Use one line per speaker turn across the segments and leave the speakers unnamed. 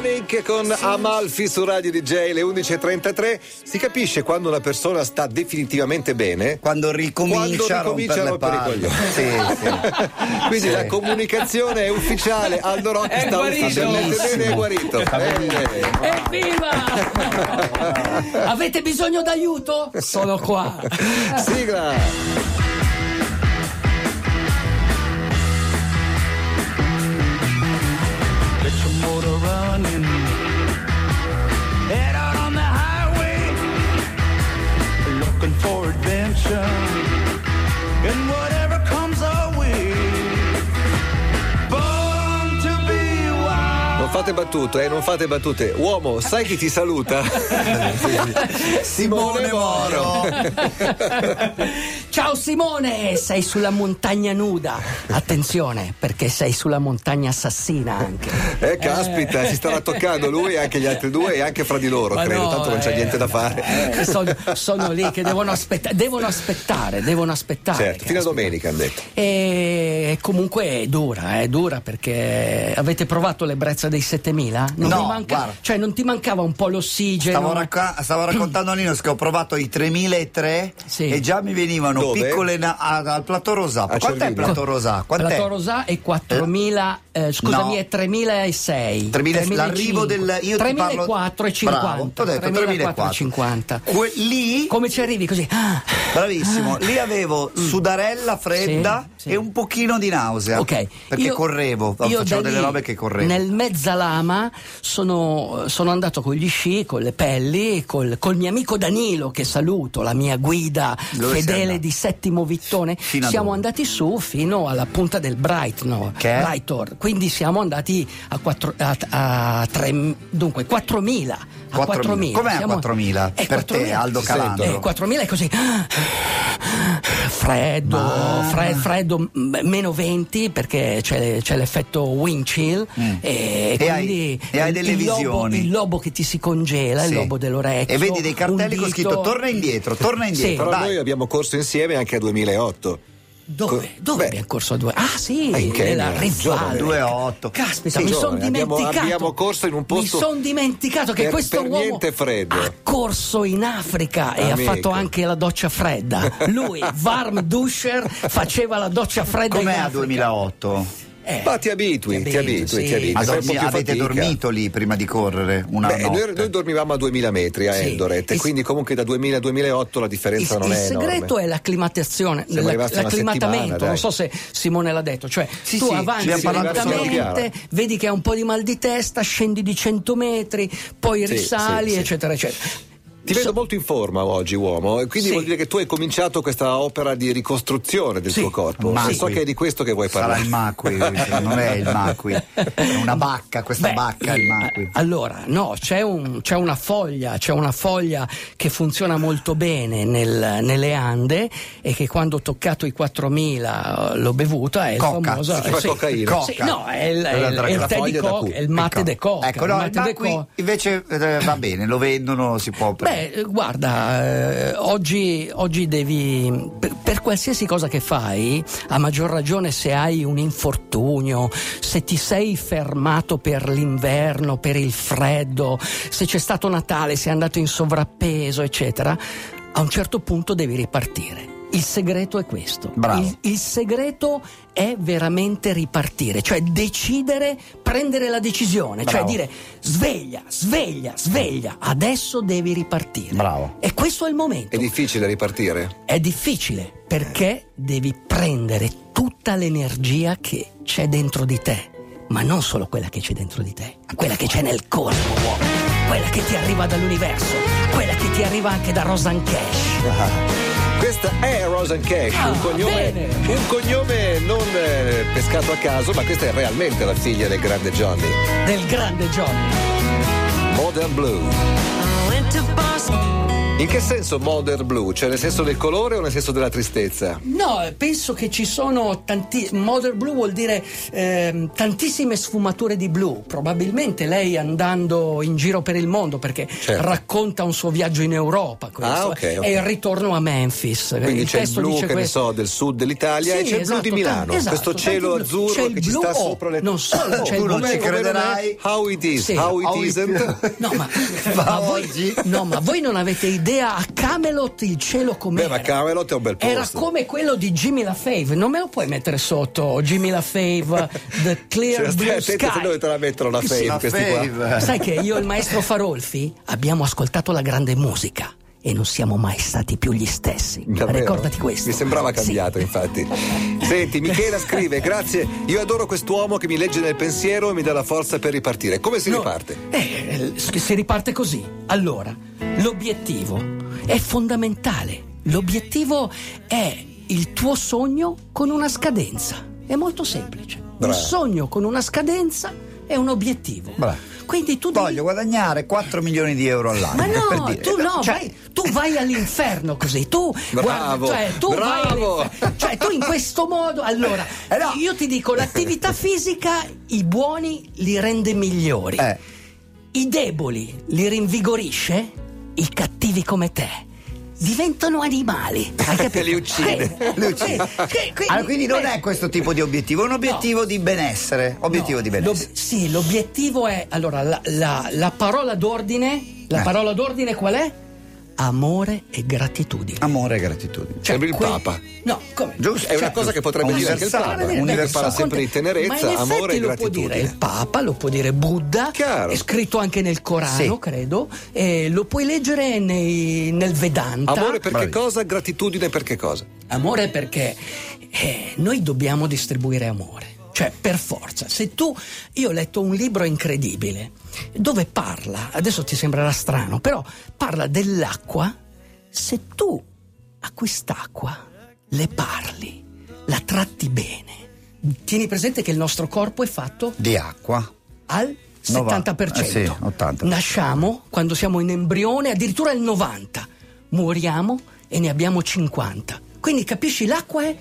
Black con Amalfi su Radio DJ alle 11.33. Si capisce quando una persona sta definitivamente bene.
Quando ricomincia,
Quando ricomincia
a
a rompere i
rompere le
coglioni.
palle. Sì, sì.
Quindi
Sì.
la comunicazione è ufficiale. Aldo Rock
È
sta
guarito.
ufficialmente bene, è guarito. Bene.
Evviva! Avete bisogno d'aiuto? Sono qua.
Eh, Sigla.
Get your motor running. Head out on the highway. Looking for adventure. And whatever comes our way. Born to be wild.
Non fate battute, eh, non fate battute. Uomo, sai chi ti saluta?
Simone Moro.
Ciao Simone, sei sulla montagna nuda. Attenzione, perché sei sulla montagna assassina anche.
Eh, caspita, si stava toccando lui e anche gli altri due e anche fra di loro,
Ma
credo,
no,
tanto non c'è
eh,
niente da fare.
eh, sono, sono lì che devono aspettare, devono aspettare, devono aspettare.
Certo, fino a domenica hanno detto.
E comunque è dura, è dura perché avete provato l'ebbrezza dei 7000? Non
No,
ti manca-
guarda.
cioè non ti mancava un po' l'ossigeno?
Stavo, racca- stavo raccontando a Nino che ho provato i 3003
Sì.
e già mi venivano
Dove?
piccole na- a- al Plateau Rosà.
A
Quant'è il
Cervino.
Plateau Rosà? Quant'è?
La Torosà è 4000, eh, scusami,
No.
è 3006.
3000 l'arrivo del io ti parlo
3004 e 50.
Bravo, t'ho detto
3004
3004
e 50.
Que- lì
Come ci arrivi così? Ah, Mm.
Bravissimo, lì avevo sudarella fredda
Sì, sì.
e un pochino di nausea.
Ok,
eh. Perché
Io-
correvo,
io
facevo
da
delle
lì,
robe che correvo.
Nel mezzalama sono, sono andato con gli sci, con le pelli, col, col mio amico Danilo che saluto, la mia guida
Dove sei
fedele
andato?
di Settimo Vittone.
Fino a
siamo
dove?
andati su fino alla punta del Brightno,
Che è?
Brightor. Quindi siamo andati a, quattro- a- a tre- dunque 4000. A
4.000.
4.000.
Com'è a
Siamo-
4.000? Per te,
Eh, 4.000.
Aldo
Sì,
Calandro.
eh, 4.000 è così. Freddo, fre- freddo, m- meno 20 perché c'è, c'è l'effetto wind chill e,
Mm. E hai-
quindi
e hai
il-
delle
il lobo-
visioni.
il lobo che ti si congela,
Sì.
il lobo dell'orecchio.
E vedi dei cartelli
un
con
dito-
scritto torna indietro, torna indietro.
Però
dai.
noi abbiamo corso insieme anche a 2008.
Dove? Dove
Beh.
abbiamo corso a due? Ah sì,
Eh, in Kenya,
nella
giovane.
Rizzale.
2,8.
Caspita,
Sì,
mi sono
giovane, abbiamo-
dimenticato.
abbiamo corso in un posto
Mi sono dimenticato che
per-
questo
per
uomo
niente freddo.
ha corso in Africa e ha
Amico.
fatto anche la doccia fredda. Lui, Varm Duscher, faceva la doccia fredda in
Com'è a
Africa.
2008?
Eh,
Ma ti abitui, ti abitui, ti
sì.
abitui. fai
Ma
un
dormi-
po' più
avete
fatica.
dormito lì prima di correre una
Beh,
notte?
noi, noi dormivamo a 2000 metri a
Sì.
Endoret,
Il-
quindi comunque da 2000 a 2008 la differenza
Il,
non
il
è enorme.
segreto è l'acclimatazione,
Siamo
l'ac-
rimasti una settimana,
l'acclimatamento.
dai.
Non so se Simone l'ha detto, cioè
Sì,
tu
sì,
avanzi
ci abbiamo parlato solo di
lentamente, vedi che hai un po' di mal di testa, scendi di 100 metri, poi
Sì,
risali,
sì, sì.
eccetera, eccetera.
Ti vedo molto in forma oggi, uomo, e quindi
Sì.
vuol dire che tu hai cominciato questa opera di ricostruzione del
Sì.
tuo corpo.
Ma
E so
qui.
che è di questo che vuoi
Sarà
parlare.
il Macui, non è il Macui, è una bacca, questa
Beh,
bacca è il
eh,
Macui.
Allora, no, c'è, un- c'è una foglia, c'è una foglia che funziona molto bene nel- nelle Ande e che quando ho toccato i 4000 l'ho bevuta è
Coca,
famosa
si
chiama cocaina.
Sì,
Coca.
no, è il, è il-
Quella
è il
della
tè di
foglia da
coca,
cu.
è il mate de coca.
Ecco,
il
no, il
mate de
Macui
coca.
invece eh, va bene, lo vendono, si può prendere.
Beh, eh, guarda, eh, oggi, oggi devi. Per, per qualsiasi cosa che fai, a maggior ragione se hai un infortunio, se ti sei fermato per l'inverno, per il freddo, se c'è stato Natale, sei andato in sovrappeso, eccetera, a un certo punto devi ripartire. Il segreto è questo.
Bravo.
Il, il segreto è veramente ripartire, cioè decidere, prendere la decisione,
Bravo.
cioè dire sveglia, sveglia, sveglia, adesso devi ripartire.
Bravo.
E questo è il momento.
È difficile ripartire?
È difficile perché devi prendere tutta l'energia che c'è dentro di te, ma non solo quella che c'è dentro di te, quella che c'è nel corpo, uomo, quella che ti arriva dall'universo, quella che ti arriva anche da Rosan Cash.
Questa è Rosan Cash,
Ah,
un, cognome,
bene.
un cognome non eh, pescato a caso, ma questa è realmente la figlia del grande Johnny.
del grande Johnny.
Modern Blue.
I went to Boston
In che senso modern blue? Cioè nel senso del colore o nel senso della tristezza?
No, penso che ci sono tanti. Modern blue vuol dire ehm, tantissime sfumature di blu. Probabilmente lei andando in giro per il mondo perché
Certo.
racconta un suo viaggio in Europa. Questo
Ah, ok, ok.
È il ritorno a Memphis.
Quindi
il
c'è il
testo
blu,
dice
che ne
questo.
so, del sud dell'Italia e
Sì,
c'è il
esatto,
blu di Milano.
tanti- esatto,
questo cielo
tanti blu.
azzurro
C'è il
che ci
blu,
sta
oh,
sopra le
non solo, c'è il
tu non
blu-
ci
cioè,
come non è?
crederai. How it is,
Sì.
how it
How it-
isn't.
No ma,
Ma
ma voi,
oggi?
no, ma voi non avete idea a Camelot il cielo com'era.
Beh, ma Camelot è un bel posto.
Era come quello di Jimmy LaFave. Non me lo puoi mettere sotto Jimmy LaFave, The
Cioè,
Clear
stai
Blue
attento, se
Sky.
dove te la mettono la fame
La
questi qua.
fave.
Sai che io e il maestro Farolfi abbiamo ascoltato la grande musica e non siamo mai stati più gli stessi.
Davvero?
Ricordati questo.
Mi sembrava
Sì.
cambiato, infatti. Senti, Michela scrive: Grazie, io adoro quest'uomo che mi legge nel pensiero e mi dà la forza per ripartire. Come si
No,
riparte?
eh, eh, si riparte così. Allora, l'obiettivo è fondamentale. L'obiettivo è il tuo sogno con una scadenza. È molto semplice.
Bravo.
Un sogno con una scadenza è un obiettivo.
Bravo.
Quindi tu devi
Voglio guadagnare 4 milioni di euro all'anno.
Ma
per
no,
dire.
tu no,
Cioè,
vai, tu vai all'inferno così, tu
Bravo,
guarda, cioè, tu vai
bravo.
all'inferno. cioè tu in questo modo, allora,
Eh no.
io ti dico, l'attività fisica i buoni li rende migliori,
Eh.
i deboli li rinvigorisce, i cattivi come te. Diventano animali, hai capito?
Li uccide.
Eh,
Li uccide.
eh, che-
Allora, Ah, quindi non
eh,
è questo tipo di obiettivo, è un obiettivo di benessere. Obiettivo
No,
di benessere.
l'ob- sì, l'obiettivo è. Allora, la, la- la parola d'ordine. La
Eh.
parola d'ordine qual è? Amore e gratitudine.
Amore e gratitudine.
Sembra il
que-
Papa.
Cioè, No, come?
Giusto?
È una
Cioè,
cosa che potrebbe dire anche il
universale,
Papa.
universale.
Perché parla sempre di tenerezza,
Ma in
amore
effetti
e
lo può dire il
gratitudine.
Papa, lo può dire Buddha,
Chiaro.
è scritto anche nel Corano,
Sì.
credo, e lo puoi leggere nei- nel Vedanta.
Amore per che
Bravi.
cosa? Gratitudine per che cosa?
Amore perché eh, noi dobbiamo distribuire amore. Cioè, per forza, se tu. Io ho letto un libro incredibile dove parla, adesso ti sembrerà strano, però parla dell'acqua. Se tu a quest'acqua le parli, la tratti bene. Tieni presente che il nostro corpo è fatto
Di acqua.
al
Nova-
70%.
eh sì, 80%.
Nasciamo quando siamo in embrione addirittura il 90%, muoriamo e ne abbiamo 50%. Quindi capisci, l'acqua è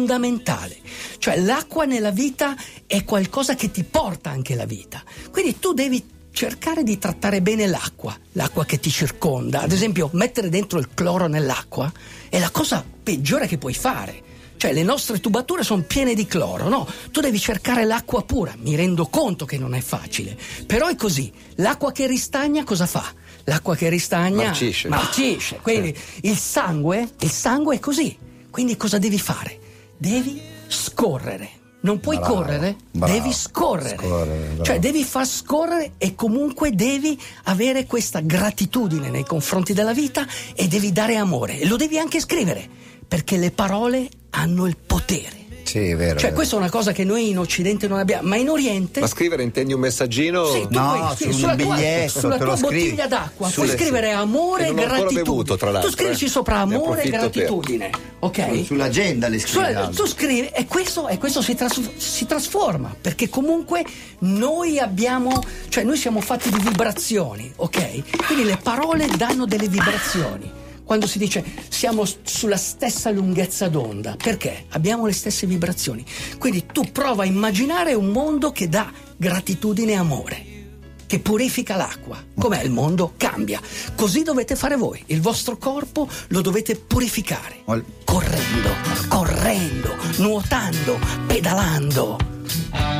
fondamentale, cioè l'acqua nella vita è qualcosa che ti porta anche la vita. Quindi tu devi cercare di trattare bene l'acqua, l'acqua che ti circonda. Ad esempio, mettere dentro il cloro nell'acqua è la cosa peggiore che puoi fare. Cioè le nostre tubature sono piene di cloro, no? Tu devi cercare l'acqua pura, mi rendo conto che non è facile, però è così, l'acqua che ristagna cosa fa? L'acqua che ristagna
Marcisce.
marcisce. Quindi il sangue, il sangue è così. Quindi cosa devi fare? Devi scorrere. Non puoi
Bravo,
correre,
bravo.
devi scorrere.
Scorrere, bravo.
cioè devi far scorrere e comunque devi avere questa gratitudine nei confronti della vita e devi dare amore. E lo devi anche scrivere, perché le parole hanno il potere.
Sì, è vero.
Cioè,
è vero.
questa è una cosa che noi in Occidente non abbiamo, ma in Oriente.
Ma scrivere intendi un messaggino?
Sì, tu
No,
puoi- sì,
su un
sulla tua,
biglietto,
sulla
te
tua
lo scrivi.
bottiglia d'acqua
Sulle-
puoi scrivere amore
E
e
non ho ancora
gratitudine.
bevuto, tra l'altro,
tu scrivici
eh.
sopra
Ne
amore e
approfitto per-
gratitudine, ok?
Sull'agenda le scrivi.
Sulla-
Aldo.
Cioè, tu scrivi e questo, e questo si, tras- si trasforma perché comunque noi abbiamo, cioè noi siamo fatti di vibrazioni, ok? Quindi le parole danno delle vibrazioni. Quando si dice siamo s- sulla stessa lunghezza d'onda, perché abbiamo le stesse vibrazioni. Quindi tu prova a immaginare un mondo che dà gratitudine e amore che purifica l'acqua. Com'è il mondo? Cambia. Così dovete fare voi. Il vostro corpo lo dovete purificare.
Ol-
Correndo, correndo, nuotando, pedalando.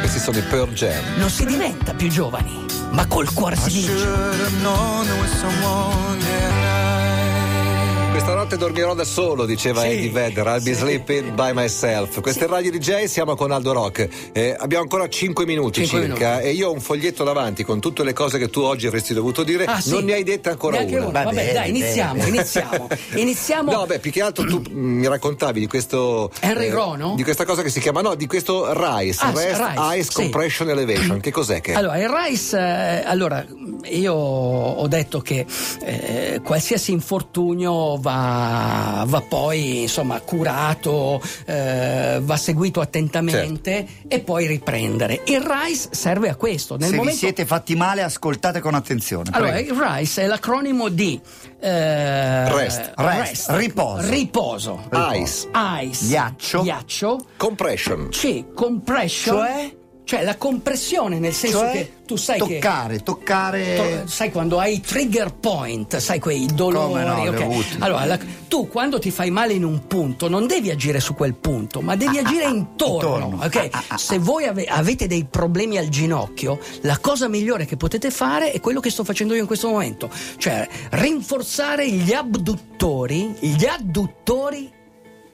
Questi sono i Pearl Jam.
Non si diventa più giovani, ma col cuore si vince.
Should've known there was someone that I
Questa notte dormirò da solo, diceva
Sì,
Eddie Vedder. I'll be
sì.
sleeping by myself. Queste radio DJ siamo con Aldo Rock. Eh, abbiamo ancora 5 minuti
Cinque
circa. E io ho un foglietto davanti con tutte le cose che tu oggi avresti dovuto dire.
Ah, sì.
Non ne hai dette ancora
Neanche
una.
una. Vabbè,
bene,
dai, iniziamo,
bene.
iniziamo. Iniziamo.
No, beh, più che altro tu mm, mi raccontavi di questo. eh,
Henry Rono?
Di questa cosa che si chiama, no, di questo RICE,
Ah,
Rest
RICE,
Ice
sì.
Compression Elevation. Che cos'è che? è?
Allora, il RICE, eh, allora, mh, io ho detto che eh, qualsiasi infortunio va, va poi insomma, curato, eh, va seguito attentamente e poi riprendere. Il RICE serve a questo.
Certo.
Nel
Se vi
momento...
siete fatti male, ascoltate con attenzione.
Allora,
prego.
il RICE è l'acronimo di eh,
Rest.
Rest. Riposo.
riposo,
Ice.
ice,
Ghiaccio.
ghiaccio,
Compression.
C, compression,
Cioè?
Cioè, la compressione, nel senso
Cioè,
che tu sai che
toccare, toccare.
To- sai quando hai i trigger point, sai quei dolori.
Come no, li ho
ok.
avuti.
Allora, la- tu quando ti fai male in un punto non devi agire su quel punto, ma devi agire intorno.
Ah, intorno. Ah,
ok? Se voi ave- avete dei problemi al ginocchio, la cosa migliore che potete fare è quello che sto facendo io in questo momento, cioè rinforzare gli abduttori, gli adduttori.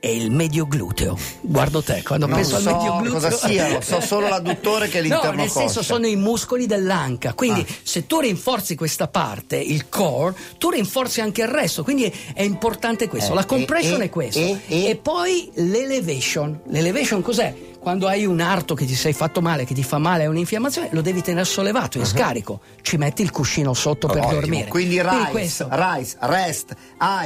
E il medio gluteo. Guardo te, quando
Non
penso
so
al medio gluteo.
cosa sia, lo so solo l'adduttore che l'interno
No, nel senso
coscia.
sono sono i muscoli dell'anca. Quindi,
Ah.
se tu rinforzi questa parte, il core, tu rinforzi anche il resto. Quindi è importante questo.
Eh,
La compression
eh,
è questo.
eh, eh.
E poi l'elevation. L'elevation cos'è? Quando hai un arto che ti sei fatto male, che ti fa male, è un'infiammazione, lo devi tenere sollevato, in scarico. Ci metti il cuscino sotto per
Uh-huh. Ottimo.
dormire.
Quindi rice,
questo.
rice, rest,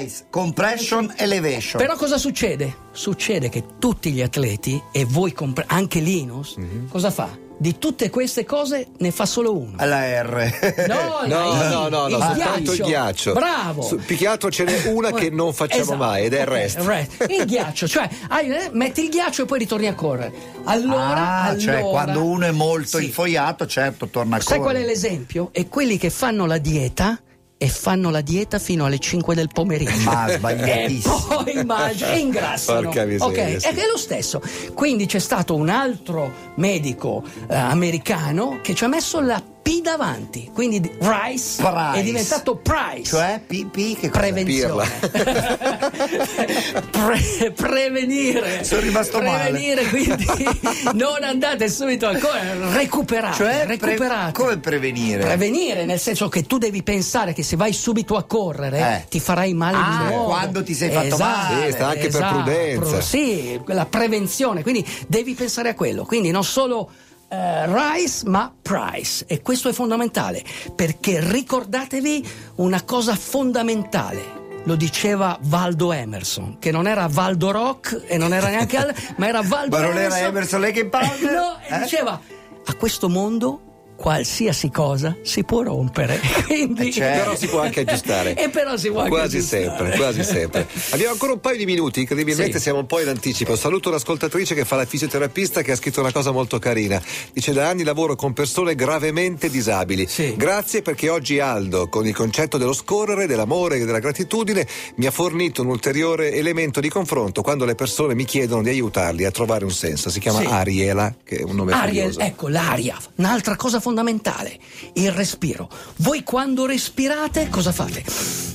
ice, compression, elevation.
Però cosa succede? Succede che tutti gli atleti, e voi compre- anche Linus,
Mm-hmm.
cosa fa? Di tutte queste cose ne fa solo uno.
la R.
No,
No,
dai,
no, no, no,
il
soltanto il ghiaccio.
Bravo.
Su- più che altro ce n'è una che non facciamo
Esatto.
mai ed è il
Ok,
resto.
Il ghiaccio, cioè hai- eh, metti il ghiaccio e poi ritorni a correre. Allora,
Ah, cioè
allora-
quando uno è molto
Sì.
infoiato, certo, torna a
Sai qual è
correre.
l'esempio? È quelli che fanno la dieta e fanno la dieta fino alle 5 del pomeriggio.
Ma
E
sbagliatissimo.
poi mangiano e ingrassano.
Porca miseria,
ok,
sì.
è che è lo stesso. Quindi c'è stato un altro medico eh, americano che ci ha messo la P davanti. Quindi di- Rice
Price.
è diventato Price.
Cioè, PP che cos'è?
Prevenzione. Pre- prevenire.
Sono rimasto male.
prevenire, quindi non andate subito ancora. Recuperate.
Cioè, pre-
ah, recuperate.
come prevenire?
Prevenire, nel senso che tu devi pensare che se vai subito a correre
Eh.
ti farai male
Ah,
di nuovo.
quando ti sei fatto
Esatto,
male.
Sì, sta anche per
esatto.
prudenza.
Pro- sì, la prevenzione, quindi devi pensare a quello. Quindi non solo eh, Rice, ma Price. E questo è fondamentale, perché ricordatevi una cosa fondamentale. Lo diceva Valdo Emerson, che non era Valdo Rock e non era neanche Al, ma era Valdo
Ma non era
Emerson.
Emerson Lake and Palmer?
No, e
Eh?
diceva a questo mondo qualsiasi cosa si può rompere. Quindi
Eh, certo.
Però si può anche aggiustare.
e però si può anche
quasi
aggiustare.
sempre, quasi sempre. Abbiamo ancora un paio di minuti, incredibilmente
Sì.
siamo un po' in anticipo. Saluto un'ascoltatrice che fa la fisioterapista che ha scritto una cosa molto carina. Dice da anni lavoro con persone gravemente disabili.
Sì.
Grazie perché oggi Aldo, con il concetto dello scorrere, dell'amore e della gratitudine, mi ha fornito un ulteriore elemento di confronto quando le persone mi chiedono di aiutarli a trovare un senso. Si chiama
Sì.
Ariela, che è un nome
Ariel,
curioso.
ecco l'aria, un'altra cosa fondamentale, il respiro. Voi quando respirate cosa fate?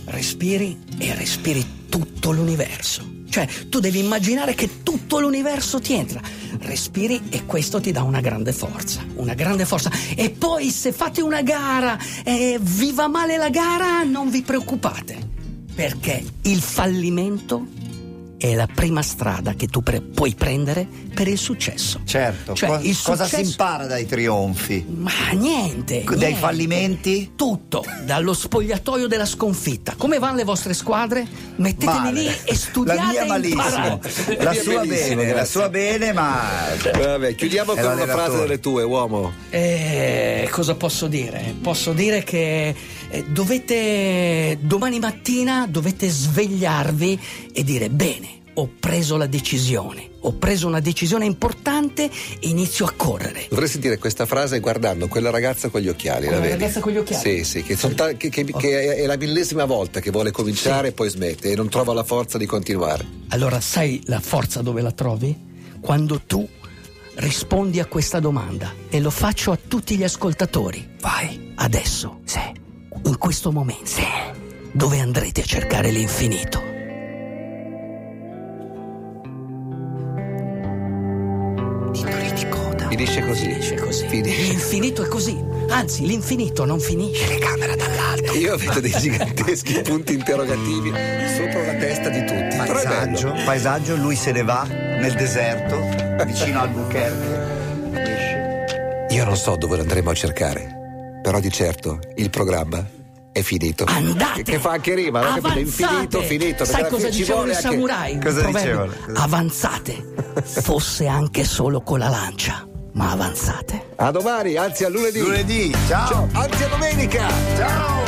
Respiri e respiri tutto l'universo. Cioè, tu devi immaginare che tutto l'universo ti entra. Respiri e questo ti dà una grande forza, una grande forza. E poi se fate una gara e vi va male la gara, non vi preoccupate, perché il fallimento è la prima strada che tu pre- puoi prendere per il successo.
Certo,
Cioè,
co-
il
cosa si
successo-
impara dai trionfi?
Ma niente.
Dai
niente.
fallimenti?
Tutto, dallo spogliatoio della sconfitta. Come vanno le vostre squadre? Mettetemi
Male.
lì e studiate
La mia
e
malissimo.
imparate.
La
mia
sua
bellissimo,
bene, la
grazie.
sua bene, ma
Vabbè, chiudiamo
È
con una
l'allenatore.
frase delle tue, uomo.
Eh, cosa posso dire? Posso dire che eh, dovete domani mattina dovete svegliarvi e dire bene, ho preso la decisione, ho preso una decisione importante, inizio a correre.
Dovresti dire questa frase guardando quella ragazza con gli occhiali.
Quella
la vedi?
ragazza con gli occhiali?
Sì, sì, che, son ta- che- che- che è la millesima volta che vuole cominciare e poi smette e non trova la forza di continuare.
Allora, sai la forza dove la trovi? Quando tu rispondi a questa domanda e lo faccio a tutti gli ascoltatori. Vai, adesso, sì, in questo momento, sì, dove andrete a cercare l'infinito. Titoli di coda.
Finisce così.
Finisce così.
Finisce.
L'infinito è così. Anzi, l'infinito non finisce. Telecamera dall'alto.
Io vedo dei giganteschi punti interrogativi sopra la testa di tutti. Però è bello.
paesaggio, paesaggio, lui se ne va nel deserto, vicino al Albuquerque.
Io non so dove lo andremo a cercare, Però di certo il programma è finito.
Andate!
Che fa anche rima, no? Capito?
Avanzate!
Infinito, finito. perché
Sai
alla
cosa
fine ci
dicevano
vuole
i
anche-
samurai?
Cosa
Un proverbio.
dicevano? Cosa-
Avanzate, fosse anche solo con la lancia, ma avanzate.
A domani, anzi a lunedì.
Lunedì, ciao!
Anzi a domenica.
Ciao!